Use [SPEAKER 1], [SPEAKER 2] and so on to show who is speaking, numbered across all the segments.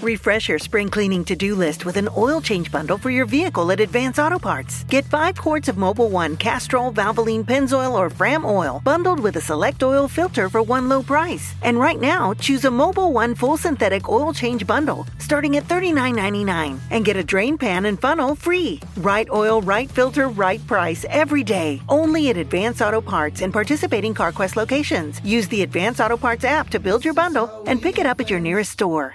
[SPEAKER 1] Refresh your spring cleaning to do list with an oil change bundle for your vehicle at Advance Auto Parts. Get five quarts of Mobile One Castrol, Valvoline, Pennzoil, or Fram oil bundled with a select oil filter for one low price. And right now, choose a Mobile One full synthetic oil change bundle starting at $39.99 and get a drain pan and funnel free. Right oil, right filter, right price every day. Only at Advance Auto Parts and participating CarQuest locations. Use the Advance Auto Parts app to build your bundle and pick it up at your nearest store.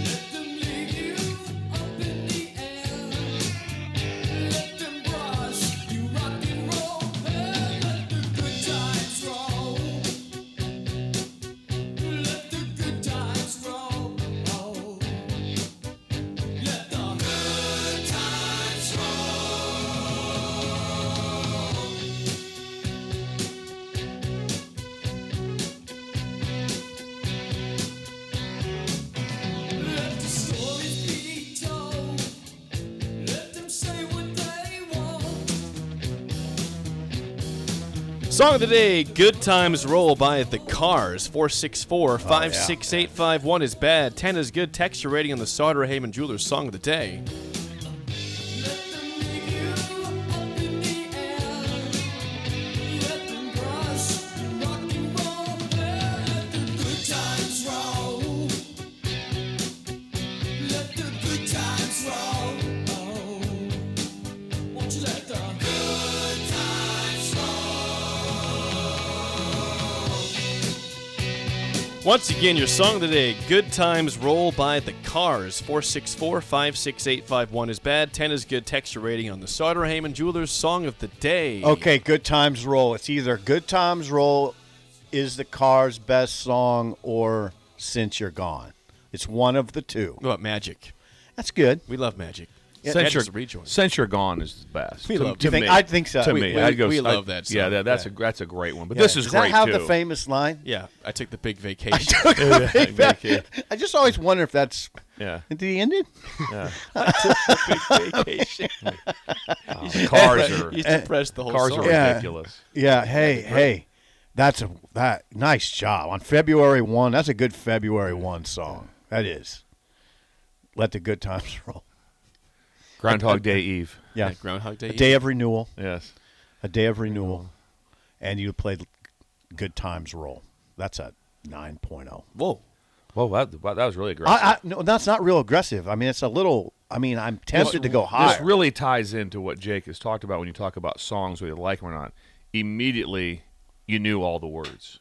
[SPEAKER 2] Song of the day, Good Times Roll by The Cars.
[SPEAKER 3] Oh,
[SPEAKER 2] 464 56851 is bad. 10 is good. Texture rating on the Sauter Heyman Jewelers Song of the Day. Once again, your song of the day, Good Times Roll by The Cars. 464 56851 is bad. 10 is good. Texture rating on the Sauter Heyman Jewelers Song of the Day.
[SPEAKER 3] Okay, Good Times Roll. It's either Good Times Roll is the car's best song or Since You're Gone. It's one of the two.
[SPEAKER 2] What about Magic?
[SPEAKER 3] That's good.
[SPEAKER 2] We love Magic.
[SPEAKER 4] Since
[SPEAKER 2] Magic's
[SPEAKER 4] you're,
[SPEAKER 2] a rejoin.
[SPEAKER 4] since you're gone is the best.
[SPEAKER 2] We
[SPEAKER 4] to,
[SPEAKER 2] love-
[SPEAKER 4] to
[SPEAKER 3] You think-
[SPEAKER 4] me.
[SPEAKER 3] I think so.
[SPEAKER 4] To
[SPEAKER 3] We-
[SPEAKER 4] me,
[SPEAKER 2] we-
[SPEAKER 4] I'd go,
[SPEAKER 2] we
[SPEAKER 4] I'd-
[SPEAKER 2] love that
[SPEAKER 4] Yeah,
[SPEAKER 2] song.
[SPEAKER 4] that, that's
[SPEAKER 2] Yeah.
[SPEAKER 4] a that's a great one. But this is,
[SPEAKER 3] Does
[SPEAKER 4] great
[SPEAKER 3] that have
[SPEAKER 4] too.
[SPEAKER 3] the famous line?
[SPEAKER 2] Yeah, I took the big vacation.
[SPEAKER 3] I just always wonder if that's
[SPEAKER 4] Yeah.
[SPEAKER 3] did he end it?
[SPEAKER 4] These cars are
[SPEAKER 2] He's depressed the whole
[SPEAKER 4] cars
[SPEAKER 2] song.
[SPEAKER 4] are
[SPEAKER 3] Yeah.
[SPEAKER 4] ridiculous.
[SPEAKER 3] Yeah. Hey, hey, that's a that nice job on February one. That's a good February one song. That is. Let the good times roll.
[SPEAKER 4] Groundhog Day Eve.
[SPEAKER 3] Yeah.
[SPEAKER 2] Yeah, Groundhog Day.
[SPEAKER 3] a day of renewal.
[SPEAKER 4] Yes.
[SPEAKER 3] A day of renewal, and you played good times roll. That's a oh. 9.0.
[SPEAKER 2] Whoa.
[SPEAKER 4] Whoa, that, wow, that was really aggressive.
[SPEAKER 3] I, I no, that's not real aggressive. I mean, it's a little. I mean, I'm tempted to go higher.
[SPEAKER 4] This really ties into what Jake has talked about when you talk about songs, whether you like them or not. Immediately, you knew all the words.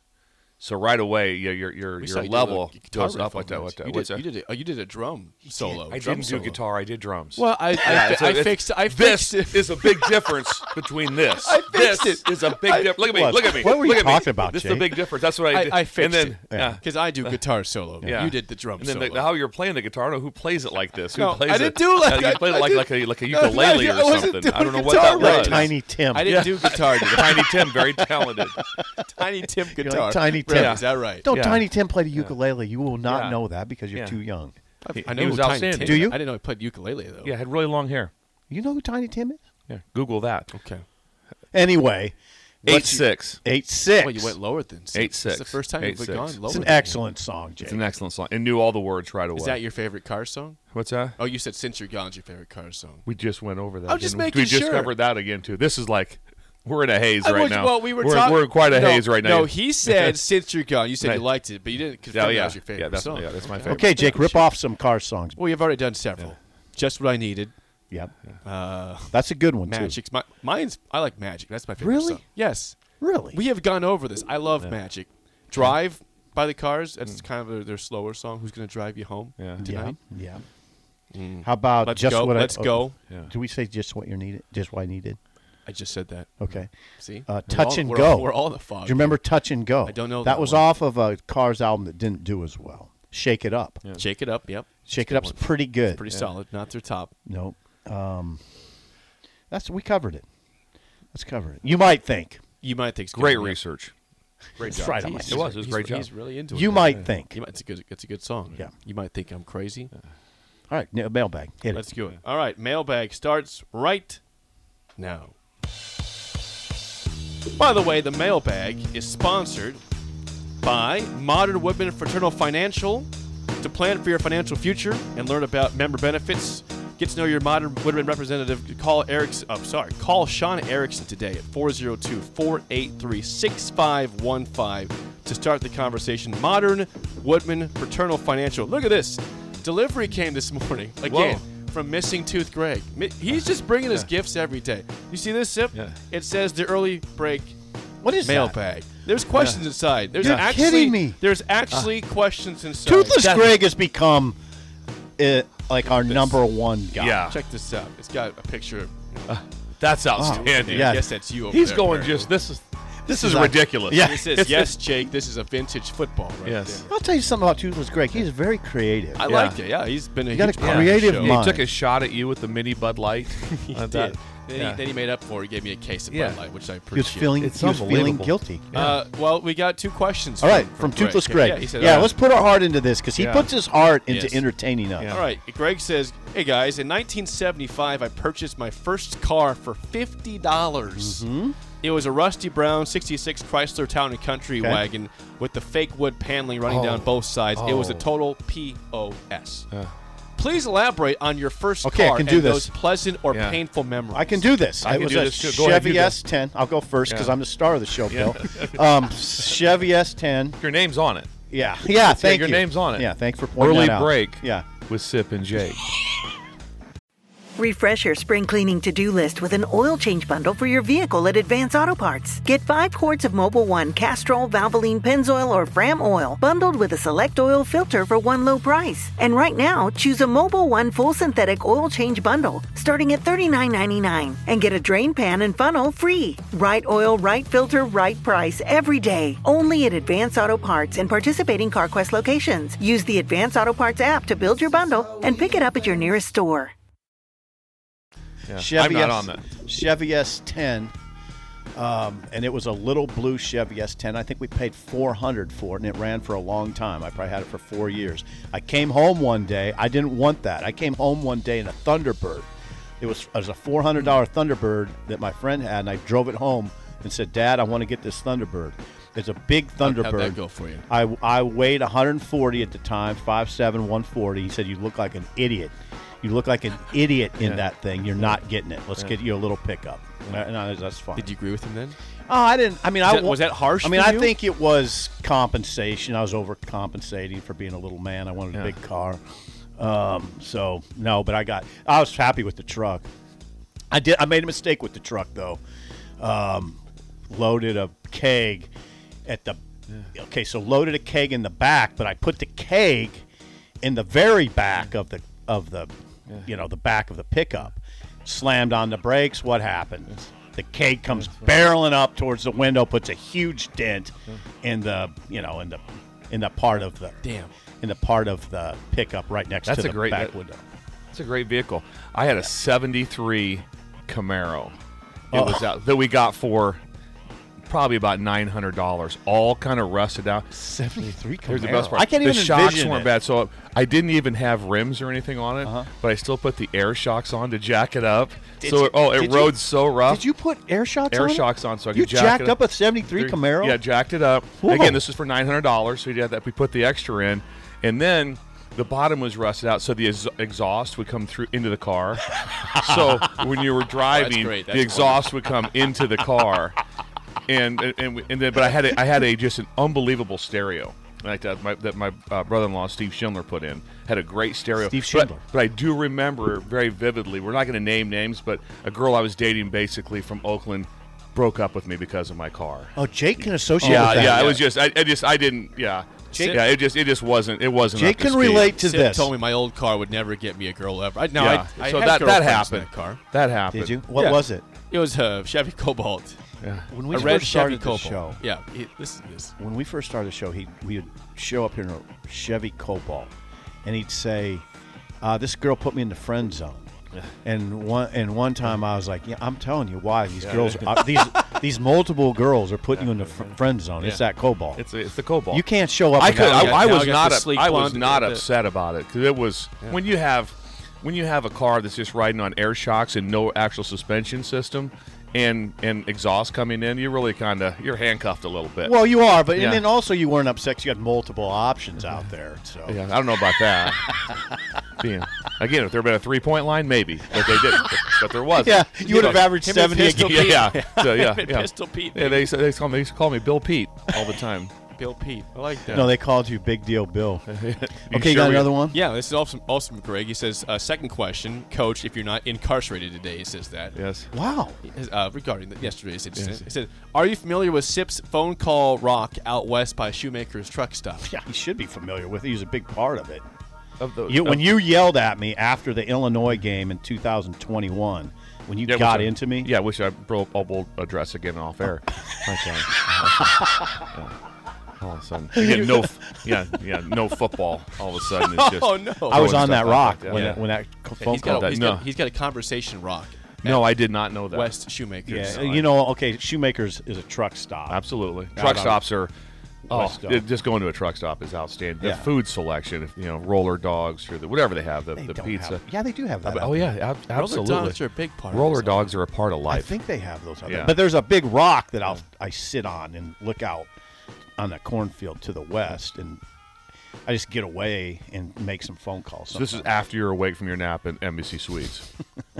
[SPEAKER 4] So right away, your your your,
[SPEAKER 2] We
[SPEAKER 4] your
[SPEAKER 2] saw you did a
[SPEAKER 4] level
[SPEAKER 2] guitar
[SPEAKER 4] goes
[SPEAKER 2] riff
[SPEAKER 4] up. What
[SPEAKER 2] on
[SPEAKER 4] that? What
[SPEAKER 2] this.
[SPEAKER 4] that?
[SPEAKER 2] You
[SPEAKER 4] what's
[SPEAKER 2] did,
[SPEAKER 4] that?
[SPEAKER 2] you did a, oh, you did a drum solo.
[SPEAKER 4] I
[SPEAKER 2] drum
[SPEAKER 4] didn't
[SPEAKER 2] solo.
[SPEAKER 4] do guitar. I did drums.
[SPEAKER 2] Well, I, I,
[SPEAKER 4] Yeah, so
[SPEAKER 2] I
[SPEAKER 4] it's-
[SPEAKER 2] fixed. I
[SPEAKER 4] this
[SPEAKER 2] fixed it.
[SPEAKER 4] is a big difference between this.
[SPEAKER 2] I fixed
[SPEAKER 4] this
[SPEAKER 2] it.
[SPEAKER 4] is a big difference. Look at me.
[SPEAKER 3] What-
[SPEAKER 4] Look at me.
[SPEAKER 3] what were
[SPEAKER 4] look
[SPEAKER 3] you
[SPEAKER 4] at me.
[SPEAKER 3] talking about,
[SPEAKER 4] This is
[SPEAKER 3] Jake?
[SPEAKER 4] the big difference. That's what I
[SPEAKER 2] I,
[SPEAKER 4] did.
[SPEAKER 2] I fixed
[SPEAKER 4] and then,
[SPEAKER 2] it.
[SPEAKER 4] Yeah.
[SPEAKER 2] because I do guitar solo.
[SPEAKER 4] Yeah.
[SPEAKER 2] You did the drum
[SPEAKER 4] And then
[SPEAKER 2] solo.
[SPEAKER 4] the, how you're playing the guitar, I don't know who plays it like this. Who
[SPEAKER 2] No, I
[SPEAKER 4] plays
[SPEAKER 2] didn't
[SPEAKER 4] it?
[SPEAKER 2] do it like
[SPEAKER 4] I think
[SPEAKER 2] that.
[SPEAKER 4] you played
[SPEAKER 2] I
[SPEAKER 4] it like, like
[SPEAKER 2] didn't-
[SPEAKER 4] a like a
[SPEAKER 2] no,
[SPEAKER 4] ukulele
[SPEAKER 2] I
[SPEAKER 4] or
[SPEAKER 2] wasn't
[SPEAKER 4] something.
[SPEAKER 2] doing
[SPEAKER 4] I don't know what
[SPEAKER 2] guitar
[SPEAKER 4] that
[SPEAKER 2] like
[SPEAKER 4] was.
[SPEAKER 3] Tiny Tim.
[SPEAKER 2] I didn't do guitar. today.
[SPEAKER 4] Tiny Tim, very talented.
[SPEAKER 2] Tiny Tim
[SPEAKER 3] You're
[SPEAKER 2] guitar.
[SPEAKER 3] like Tiny Tim.
[SPEAKER 2] Right, Is that right?
[SPEAKER 3] Don't
[SPEAKER 4] Yeah.
[SPEAKER 3] Tiny Tim play the ukulele? You will not
[SPEAKER 4] Yeah.
[SPEAKER 3] know that because you're
[SPEAKER 4] Yeah.
[SPEAKER 3] too young.
[SPEAKER 4] He-
[SPEAKER 2] I
[SPEAKER 4] he
[SPEAKER 2] know
[SPEAKER 4] was
[SPEAKER 2] Tiny
[SPEAKER 4] outstanding.
[SPEAKER 2] Tim.
[SPEAKER 3] Do you?
[SPEAKER 2] I didn't know he played ukulele though.
[SPEAKER 4] Yeah, had really long hair.
[SPEAKER 3] You know who Tiny Tim is?
[SPEAKER 4] Yeah, Google that.
[SPEAKER 2] Okay.
[SPEAKER 3] Anyway,
[SPEAKER 4] Eight
[SPEAKER 3] what's-
[SPEAKER 4] six.
[SPEAKER 3] eight six.
[SPEAKER 2] Well, you went lower than six.
[SPEAKER 4] Eight,
[SPEAKER 2] It's the
[SPEAKER 4] six.
[SPEAKER 2] first time
[SPEAKER 4] Eight,
[SPEAKER 2] you've
[SPEAKER 4] six.
[SPEAKER 2] gone
[SPEAKER 4] It's
[SPEAKER 2] lower.
[SPEAKER 3] It's an
[SPEAKER 2] than-
[SPEAKER 3] excellent song, Jake.
[SPEAKER 4] It's an excellent song and knew all the words right away.
[SPEAKER 2] Is that your favorite car song?
[SPEAKER 4] What's that?
[SPEAKER 2] Oh, you said since you're gone's your favorite car song.
[SPEAKER 4] We just went over that.
[SPEAKER 2] I'm just
[SPEAKER 4] didn't we?
[SPEAKER 2] making
[SPEAKER 4] we just
[SPEAKER 2] sure.
[SPEAKER 4] covered that again too. This is like we're in a haze
[SPEAKER 2] I
[SPEAKER 4] right
[SPEAKER 2] was-
[SPEAKER 4] now.
[SPEAKER 2] Well, we were
[SPEAKER 4] are
[SPEAKER 2] talking.
[SPEAKER 4] we're in quite a
[SPEAKER 2] no,
[SPEAKER 4] haze right now.
[SPEAKER 2] No, he said since you're gone. You said
[SPEAKER 4] Right.
[SPEAKER 2] you liked it, but you didn't confirm
[SPEAKER 4] Yeah,
[SPEAKER 2] that
[SPEAKER 4] yeah.
[SPEAKER 2] was your favorite
[SPEAKER 4] Yeah, that's-
[SPEAKER 2] song.
[SPEAKER 4] yeah, that's my
[SPEAKER 2] Okay.
[SPEAKER 4] favorite.
[SPEAKER 3] okay, Jake, rip off some car songs.
[SPEAKER 2] Well, you've already done several. Just what I needed.
[SPEAKER 3] Yep. That's a good one too.
[SPEAKER 2] Magic's my, mine's. I like Magic. That's my favorite.
[SPEAKER 3] Really?
[SPEAKER 2] song. Yes.
[SPEAKER 3] Really?
[SPEAKER 2] We have gone over this. I love Magic. Drive by the Cars. That's kind of their, their slower song. Who's gonna drive you home
[SPEAKER 4] Mm. Yeah.
[SPEAKER 3] yeah.
[SPEAKER 2] tonight?
[SPEAKER 3] Yeah. How about
[SPEAKER 2] Let's
[SPEAKER 3] just
[SPEAKER 2] go.
[SPEAKER 3] what
[SPEAKER 2] Let's
[SPEAKER 3] I, oh,
[SPEAKER 2] go.
[SPEAKER 4] Mm. Yeah.
[SPEAKER 3] Do we say just what you needed? Just what I needed?
[SPEAKER 2] I just said that.
[SPEAKER 3] Okay.
[SPEAKER 2] See.
[SPEAKER 3] Uh,
[SPEAKER 2] We're
[SPEAKER 3] touch
[SPEAKER 2] all-
[SPEAKER 3] and
[SPEAKER 2] we're
[SPEAKER 3] go.
[SPEAKER 2] all- we're all in the fog.
[SPEAKER 3] Do you remember Touch and Go?
[SPEAKER 2] Oh, I don't know
[SPEAKER 3] That,
[SPEAKER 2] that
[SPEAKER 3] was
[SPEAKER 2] one.
[SPEAKER 3] off of a Cars album that didn't do as well. Shake It Up.
[SPEAKER 2] Shake it up. Yep.
[SPEAKER 3] Shake It Up's pretty good.
[SPEAKER 2] Pretty solid. Not their top.
[SPEAKER 3] Nope. Um, that's we covered it. Let's cover it. You might think.
[SPEAKER 2] You might think it's
[SPEAKER 4] Great
[SPEAKER 2] gonna be-
[SPEAKER 4] research. Great
[SPEAKER 3] It's
[SPEAKER 4] job.
[SPEAKER 3] right on my
[SPEAKER 4] it was. It was a
[SPEAKER 2] He's-
[SPEAKER 4] great job.
[SPEAKER 2] He's really into it.
[SPEAKER 3] You
[SPEAKER 2] now.
[SPEAKER 3] might think.
[SPEAKER 2] You might, it's a good. It's a good song.
[SPEAKER 3] Yeah.
[SPEAKER 2] You might think I'm crazy.
[SPEAKER 3] All right, now, mailbag. Hit
[SPEAKER 2] Let's
[SPEAKER 3] it.
[SPEAKER 2] do it. All right, mailbag starts right now. By the way, the mailbag is sponsored by Modern Woodman Fraternal Financial. To plan for your financial future and learn about member benefits, get to know your Modern Woodman representative. Call Erickson. Oh, sorry. Call Sean Erickson today at 402-483-6515 to start the conversation. Modern Woodman Fraternal Financial. Look at this. Delivery came this morning again from Missing Tooth Greg. Mi- He's just bringing us gifts every day. You see this sip?
[SPEAKER 4] Yeah.
[SPEAKER 2] It says the early break
[SPEAKER 3] What is that?
[SPEAKER 2] mailbag. There's questions inside. There's
[SPEAKER 3] You're
[SPEAKER 2] actually,
[SPEAKER 3] kidding me.
[SPEAKER 2] There's actually questions inside.
[SPEAKER 3] Toothless
[SPEAKER 2] Check-
[SPEAKER 3] Greg has become uh, like our number one guy.
[SPEAKER 4] Yeah.
[SPEAKER 2] Check this out. It's got a picture.
[SPEAKER 4] That's
[SPEAKER 3] Oh,
[SPEAKER 4] outstanding.
[SPEAKER 3] Yeah.
[SPEAKER 2] I guess that's you. Over
[SPEAKER 4] He's
[SPEAKER 2] there,
[SPEAKER 4] going
[SPEAKER 2] Barry.
[SPEAKER 4] just this is this is
[SPEAKER 3] is like-
[SPEAKER 4] ridiculous.
[SPEAKER 3] Yeah.
[SPEAKER 2] This is yes, Jake. This is a vintage football, right
[SPEAKER 4] Yes.
[SPEAKER 2] there.
[SPEAKER 3] I'll tell you something about Toothless Greg. He's very creative.
[SPEAKER 2] I
[SPEAKER 4] Yeah.
[SPEAKER 2] liked it. Yeah, he's been a
[SPEAKER 3] You got
[SPEAKER 2] huge
[SPEAKER 3] a
[SPEAKER 2] part of the
[SPEAKER 3] creative
[SPEAKER 2] show.
[SPEAKER 4] He
[SPEAKER 3] Mine.
[SPEAKER 4] took a shot at you with the mini Bud Light.
[SPEAKER 2] He
[SPEAKER 4] Uh,
[SPEAKER 2] did.
[SPEAKER 4] that-
[SPEAKER 2] Then,
[SPEAKER 4] yeah.
[SPEAKER 2] he, then he made up for it. He gave me a case of
[SPEAKER 4] Yeah.
[SPEAKER 2] Bud Light, which I
[SPEAKER 3] he was
[SPEAKER 2] appreciate.
[SPEAKER 3] feeling,
[SPEAKER 4] It's
[SPEAKER 3] he was feeling
[SPEAKER 4] unbelievable.
[SPEAKER 3] guilty.
[SPEAKER 2] Uh, well, we got two questions.
[SPEAKER 3] All right,
[SPEAKER 2] from,
[SPEAKER 3] from, Toothless
[SPEAKER 2] Yeah,
[SPEAKER 3] Greg.
[SPEAKER 2] Yeah, he said,
[SPEAKER 3] yeah
[SPEAKER 2] uh,
[SPEAKER 3] let's put our heart into this because he
[SPEAKER 4] "Oh, Yeah.
[SPEAKER 3] puts his heart into
[SPEAKER 2] Yes.
[SPEAKER 3] entertaining us.
[SPEAKER 4] Yeah.
[SPEAKER 2] All right, Greg says, "Hey guys, in 1975, I purchased my first car for fifty dollars.
[SPEAKER 3] Mm-hmm.
[SPEAKER 2] It was a rusty brown '66 Chrysler Town and Country
[SPEAKER 3] Okay. Oh.
[SPEAKER 2] wagon with the fake wood paneling running down both sides. It was a total pos. Please elaborate on your first
[SPEAKER 3] Okay, I
[SPEAKER 2] car
[SPEAKER 3] can do
[SPEAKER 2] and
[SPEAKER 3] this.
[SPEAKER 2] those pleasant or
[SPEAKER 4] Yeah.
[SPEAKER 2] painful memories.
[SPEAKER 3] I can do this. it
[SPEAKER 4] I can
[SPEAKER 3] was
[SPEAKER 4] do
[SPEAKER 3] a
[SPEAKER 4] this too. Go ahead,
[SPEAKER 3] Chevy
[SPEAKER 4] you do.
[SPEAKER 3] S10. I'll go first because
[SPEAKER 4] Yeah.
[SPEAKER 3] I'm the star of the show, Bill. um, Chevy S10.
[SPEAKER 4] Your name's on it.
[SPEAKER 3] Yeah, yeah. Thank
[SPEAKER 4] your
[SPEAKER 3] you.
[SPEAKER 4] name's on it.
[SPEAKER 3] Yeah, thanks for pointing
[SPEAKER 4] Early
[SPEAKER 3] that out.
[SPEAKER 4] break.
[SPEAKER 3] Yeah.
[SPEAKER 4] With Sip and Jake.
[SPEAKER 1] Refresh your spring cleaning to do list with an oil change bundle for your vehicle at Advance Auto Parts. Get five quarts of Mobile One Castrol, Valvoline, Pennzoil, or Fram oil bundled with a select oil filter for one low price. And right now, choose a Mobile One full synthetic oil change bundle starting at $39.99 and get a drain pan and funnel free. Right oil, right filter, right price every day. Only at Advance Auto Parts and participating CarQuest locations. Use the Advance Auto Parts app to build your bundle and pick it up at your nearest store.
[SPEAKER 4] Yeah.
[SPEAKER 3] Chevy
[SPEAKER 4] I'm
[SPEAKER 3] S-
[SPEAKER 4] not on that.
[SPEAKER 3] Chevy S10, um, and it was a little blue Chevy S10. I think we paid 400 for it, and it ran for a long time. I probably had it for four years. I came home one day. I didn't want that. I came home one day in a Thunderbird. It was, it was a $400 Thunderbird that my friend had, and I drove it home and said, "Dad, I want to get this Thunderbird." It's a big Thunderbird.
[SPEAKER 2] how'd that go for you?
[SPEAKER 3] I, I weighed 140 at the time, 5'7", 140. He said, "You look like an idiot. You look like an idiot in that thing. You're not getting it. Let's get you a little pickup." And I, that's fine.
[SPEAKER 2] Did you agree with him then?
[SPEAKER 3] Oh, I didn't. I mean, I
[SPEAKER 2] that-
[SPEAKER 3] wa-
[SPEAKER 2] was that harsh
[SPEAKER 3] I mean,
[SPEAKER 2] for
[SPEAKER 3] I
[SPEAKER 2] you?
[SPEAKER 3] think it was compensation. I was overcompensating for being a little man. I wanted a
[SPEAKER 4] Yeah.
[SPEAKER 3] big car. Um, so no, but I got. I was happy with the truck. I did. I made a mistake with the truck though. Um, loaded a keg at the. Okay, so loaded a keg in the back, but I put the keg in the very back of the of the you know the back of the pickup. Slammed on the brakes. What happened? The keg comes barreling up towards the window, puts a huge dent in the you know in the in the part of the
[SPEAKER 2] Damn.
[SPEAKER 3] in the part of the pickup right next
[SPEAKER 4] That's
[SPEAKER 3] to
[SPEAKER 4] a
[SPEAKER 3] the
[SPEAKER 4] great-
[SPEAKER 3] back
[SPEAKER 4] that-
[SPEAKER 3] window.
[SPEAKER 4] It's a great vehicle. I had a 73 Camaro. It
[SPEAKER 3] Oh.
[SPEAKER 4] was out that we got for probably about $900, all kind of rusted out.
[SPEAKER 3] Seventy three.
[SPEAKER 4] Here's the best part.
[SPEAKER 3] I can't
[SPEAKER 4] the
[SPEAKER 3] even
[SPEAKER 4] shocks
[SPEAKER 3] envision
[SPEAKER 4] weren't
[SPEAKER 3] it. Uh-huh.
[SPEAKER 4] bad, so I didn't even have rims or anything on it. But I still put the air shocks on to jack it up.
[SPEAKER 3] Did
[SPEAKER 4] so
[SPEAKER 3] you-
[SPEAKER 4] it, oh, it
[SPEAKER 3] did you-
[SPEAKER 4] rode so rough.
[SPEAKER 3] Did you put air shocks
[SPEAKER 4] air
[SPEAKER 3] on? it?
[SPEAKER 4] shocks on, so I
[SPEAKER 3] you
[SPEAKER 4] could jack
[SPEAKER 3] jacked
[SPEAKER 4] it
[SPEAKER 3] up a 73 Camaro?
[SPEAKER 4] Yeah, jacked it up.
[SPEAKER 3] Whoa.
[SPEAKER 4] Again, this was for nine hundred dollars. So we had that. We put the extra in, and then the bottom was rusted out, so the ex- exhaust would come through into the car. so when you were driving,
[SPEAKER 2] great.
[SPEAKER 4] the
[SPEAKER 2] That's
[SPEAKER 4] exhaust would come into the car, and and and, we- and then but I had a, I had a just an unbelievable stereo. Like that, my, that my uh, brother-in-law Steve Schindler put in had a great stereo.
[SPEAKER 3] Steve
[SPEAKER 4] But-
[SPEAKER 3] Schindler.
[SPEAKER 4] but I do remember very vividly. We're not going to name names, but a girl I was dating basically from Oakland broke up with me because of my car.
[SPEAKER 3] Oh, Jake can associate
[SPEAKER 4] Yeah,
[SPEAKER 3] with that.
[SPEAKER 4] yeah. It was just, I, I just, I didn't. Yeah,
[SPEAKER 2] Jake-
[SPEAKER 4] yeah. It just, it just wasn't. It wasn't.
[SPEAKER 3] Jake
[SPEAKER 4] up to
[SPEAKER 3] can
[SPEAKER 4] speed.
[SPEAKER 3] relate to
[SPEAKER 2] Sip
[SPEAKER 3] this.
[SPEAKER 2] told me my old car would never get me a girl ever. I, now
[SPEAKER 4] Yeah.
[SPEAKER 2] I, I
[SPEAKER 4] so
[SPEAKER 2] had
[SPEAKER 4] that that
[SPEAKER 2] girlfriends in
[SPEAKER 4] happened.
[SPEAKER 2] That car.
[SPEAKER 4] That happened.
[SPEAKER 3] Did you? What
[SPEAKER 2] Yeah.
[SPEAKER 3] was it?
[SPEAKER 2] It was a Chevy Cobalt.
[SPEAKER 3] When we
[SPEAKER 2] a
[SPEAKER 3] first
[SPEAKER 2] red Chevy
[SPEAKER 3] started the
[SPEAKER 2] Cobalt.
[SPEAKER 3] show,
[SPEAKER 2] Yeah, it, listen to this.
[SPEAKER 3] when we first started the show, he we would show up here in a Chevy Cobalt, and he'd say, uh, "This girl put me in the friend zone." And one and one time I was like, yeah, I'm telling you why these girls, are, uh, these these multiple girls are putting you in the fr- friend zone. It's
[SPEAKER 4] Yeah.
[SPEAKER 3] that cobalt.
[SPEAKER 4] It's it's the cobalt.
[SPEAKER 3] you can't show up.
[SPEAKER 4] I
[SPEAKER 3] and
[SPEAKER 4] could.
[SPEAKER 3] not
[SPEAKER 4] I,
[SPEAKER 3] get-
[SPEAKER 4] I
[SPEAKER 2] now
[SPEAKER 4] was
[SPEAKER 2] I got
[SPEAKER 4] not.
[SPEAKER 2] the
[SPEAKER 4] up-
[SPEAKER 2] sleek
[SPEAKER 4] I was
[SPEAKER 2] blonde
[SPEAKER 4] not
[SPEAKER 2] with the-
[SPEAKER 4] upset about it because it was when you have when you have a car that's just riding on air shocks and no actual suspension system and and exhaust coming in. You're really kind of you're handcuffed a little bit.
[SPEAKER 3] well, you are, but
[SPEAKER 4] Yeah. Mm-hmm.
[SPEAKER 3] and then also you weren't upset. 'cause You had multiple options out there. So
[SPEAKER 4] yeah, I don't know about that. Being, again, if there had been a three point line, maybe, but they didn't. But there wasn't.
[SPEAKER 3] Yeah, you would have averaged
[SPEAKER 2] him and
[SPEAKER 3] 70
[SPEAKER 2] Pistol
[SPEAKER 3] again.
[SPEAKER 4] Yeah, yeah, so, yeah,
[SPEAKER 2] Pete.
[SPEAKER 4] yeah.
[SPEAKER 2] Pistol Pete.
[SPEAKER 4] Yeah, they, used to- they used to call me, they used to call me Bill Pete all the time.
[SPEAKER 2] Bill Pete. I like that.
[SPEAKER 3] No, they called you Big Deal Bill. okay, you
[SPEAKER 4] sure
[SPEAKER 3] got
[SPEAKER 4] we-
[SPEAKER 3] another one?
[SPEAKER 2] yeah, this is awesome, awesome, Greg. He says, uh, second question, coach, if you're not incarcerated today, he says that.
[SPEAKER 4] Yes.
[SPEAKER 3] Wow.
[SPEAKER 2] Uh, regarding the, yesterday's incident, he said, Are you familiar with Sip's phone call rock out west by Shoemaker's truck stop?
[SPEAKER 3] Yeah, he should be familiar with it. He was a big part of it.
[SPEAKER 4] Of the-
[SPEAKER 3] You,
[SPEAKER 4] of-
[SPEAKER 3] when you yelled at me after the Illinois game in 2021, when you
[SPEAKER 4] Yeah,
[SPEAKER 3] got
[SPEAKER 4] which I-
[SPEAKER 3] into me,
[SPEAKER 4] Yeah, which I will, I will address again off air. okay. All of a sudden, you get no, f- yeah, yeah, no football. All of a sudden, it's just.
[SPEAKER 2] Oh, no.
[SPEAKER 3] I was
[SPEAKER 4] throwing
[SPEAKER 3] on that
[SPEAKER 4] stuff out
[SPEAKER 3] rock
[SPEAKER 4] there.
[SPEAKER 3] when,
[SPEAKER 4] Yeah.
[SPEAKER 3] that, when that c-
[SPEAKER 2] Yeah,
[SPEAKER 3] phone
[SPEAKER 2] he's
[SPEAKER 3] call.
[SPEAKER 2] got, a,
[SPEAKER 4] that-
[SPEAKER 2] he's
[SPEAKER 4] no.
[SPEAKER 2] got- he's got a conversation rock
[SPEAKER 4] No, I did not know that.
[SPEAKER 2] west Shoemaker's.
[SPEAKER 3] yeah, you know, okay, Shoemakers is a truck stop.
[SPEAKER 4] Absolutely,
[SPEAKER 3] Out
[SPEAKER 4] truck
[SPEAKER 3] on-
[SPEAKER 4] stops are. Oh,
[SPEAKER 3] West, uh,
[SPEAKER 4] it- just going to a truck stop is outstanding.
[SPEAKER 3] Yeah.
[SPEAKER 4] The food selection, if you know, roller dogs or the, whatever they have, the,
[SPEAKER 3] They
[SPEAKER 4] the
[SPEAKER 3] don't
[SPEAKER 4] pizza.
[SPEAKER 3] have- yeah, they do have that. out
[SPEAKER 4] Oh yeah,
[SPEAKER 3] there.
[SPEAKER 4] ab- absolutely.
[SPEAKER 2] dogs are a big part of
[SPEAKER 4] Roller
[SPEAKER 2] this.
[SPEAKER 4] dogs are a part of life.
[SPEAKER 3] I think they have those. Out there.
[SPEAKER 4] Yeah.
[SPEAKER 3] But there's a big rock that I'll, I sit on and look out on that cornfield to the west, and I just get away and make some phone calls.
[SPEAKER 4] So this is
[SPEAKER 3] sometimes.
[SPEAKER 4] after you're awake from your nap in Embassy Suites.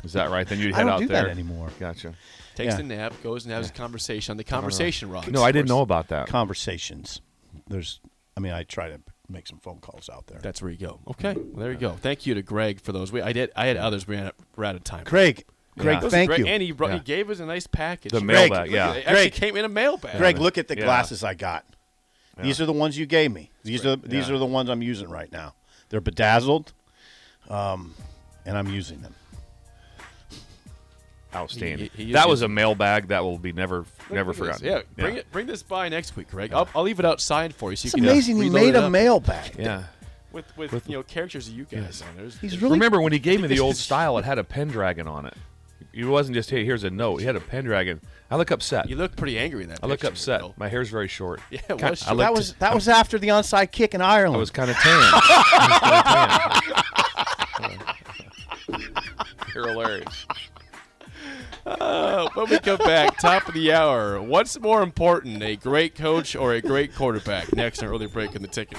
[SPEAKER 4] Is that right? Then you'd
[SPEAKER 3] I
[SPEAKER 4] head
[SPEAKER 3] don't
[SPEAKER 4] out
[SPEAKER 3] do that
[SPEAKER 4] there
[SPEAKER 3] anymore.
[SPEAKER 4] Gotcha.
[SPEAKER 2] Takes
[SPEAKER 3] Yeah.
[SPEAKER 2] the nap, goes and has a conversation on the conversation rock.
[SPEAKER 4] No, I didn't know about that.
[SPEAKER 3] conversations. There's, I mean, I try to make some phone calls out there.
[SPEAKER 2] That's where you go. Okay, well, there you go. Thank you to Greg for those. We I did. I had others. We ran out, we're out of time.
[SPEAKER 3] Craig, Craig,
[SPEAKER 4] Yeah.
[SPEAKER 2] Those are
[SPEAKER 3] thank
[SPEAKER 2] great-
[SPEAKER 3] you.
[SPEAKER 2] And he, brought, he
[SPEAKER 4] Yeah.
[SPEAKER 2] gave us a nice package.
[SPEAKER 4] The
[SPEAKER 2] Greg,
[SPEAKER 4] mailbag,
[SPEAKER 2] look
[SPEAKER 4] yeah.
[SPEAKER 2] at it. It actually
[SPEAKER 3] Greg.
[SPEAKER 2] came in a mailbag.
[SPEAKER 3] Greg, look at the
[SPEAKER 4] Yeah.
[SPEAKER 3] glasses I got. These are the ones you gave me. These are these
[SPEAKER 4] Yeah.
[SPEAKER 3] are the ones I'm using right now. They're bedazzled, um, and I'm using them.
[SPEAKER 4] Outstanding.
[SPEAKER 2] He- he-
[SPEAKER 4] that was a mailbag that will be never, never
[SPEAKER 2] Look at this.
[SPEAKER 4] forgotten.
[SPEAKER 2] Yeah, bring it. Bring this by next week, Greg. I'll, I'll leave it outside for you. So
[SPEAKER 3] It's
[SPEAKER 2] you can
[SPEAKER 3] amazing. He
[SPEAKER 2] reload
[SPEAKER 3] made
[SPEAKER 2] it
[SPEAKER 3] a
[SPEAKER 2] up
[SPEAKER 3] mailbag.
[SPEAKER 4] Yeah.
[SPEAKER 2] with, with, you know characters of you guys on there. It's-
[SPEAKER 3] He's
[SPEAKER 2] it's-
[SPEAKER 3] really
[SPEAKER 4] Remember when he gave me the old style? It had a Pendragon on it. It wasn't just hey, here's a note. He had a Pendragon. I look upset.
[SPEAKER 2] You look pretty angry in that.
[SPEAKER 4] I look
[SPEAKER 2] picture,
[SPEAKER 4] upset.
[SPEAKER 2] Bill.
[SPEAKER 4] My hair's very short.
[SPEAKER 2] Yeah, it
[SPEAKER 4] Kind-
[SPEAKER 2] was
[SPEAKER 4] I
[SPEAKER 2] short.
[SPEAKER 4] looked-
[SPEAKER 3] that was that was after the onside kick in Ireland.
[SPEAKER 4] I was kind of tan. I was kinda tan. You're hilarious.
[SPEAKER 2] Uh, when we come back, top of the hour. What's more important, a great coach or a great quarterback? Next, an early break in the ticket.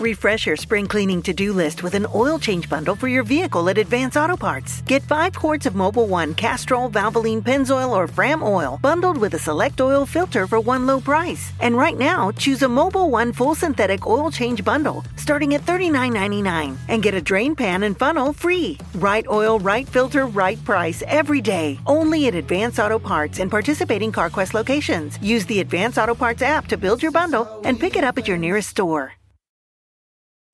[SPEAKER 1] Refresh your spring cleaning to do list with an oil change bundle for your vehicle at Advance Auto Parts. Get five quarts of Mobile One Castrol Valvoline Pennzoil or Fram oil bundled with a select oil filter for one low price. And right now, choose a Mobile One full synthetic oil change bundle starting at $39.99 and get a drain pan and funnel free. Right oil, right filter, right price every day. Only at Advance Auto Parts and participating CarQuest locations. Use the Advance Auto Parts app to build your bundle and pick it up at your nearest store.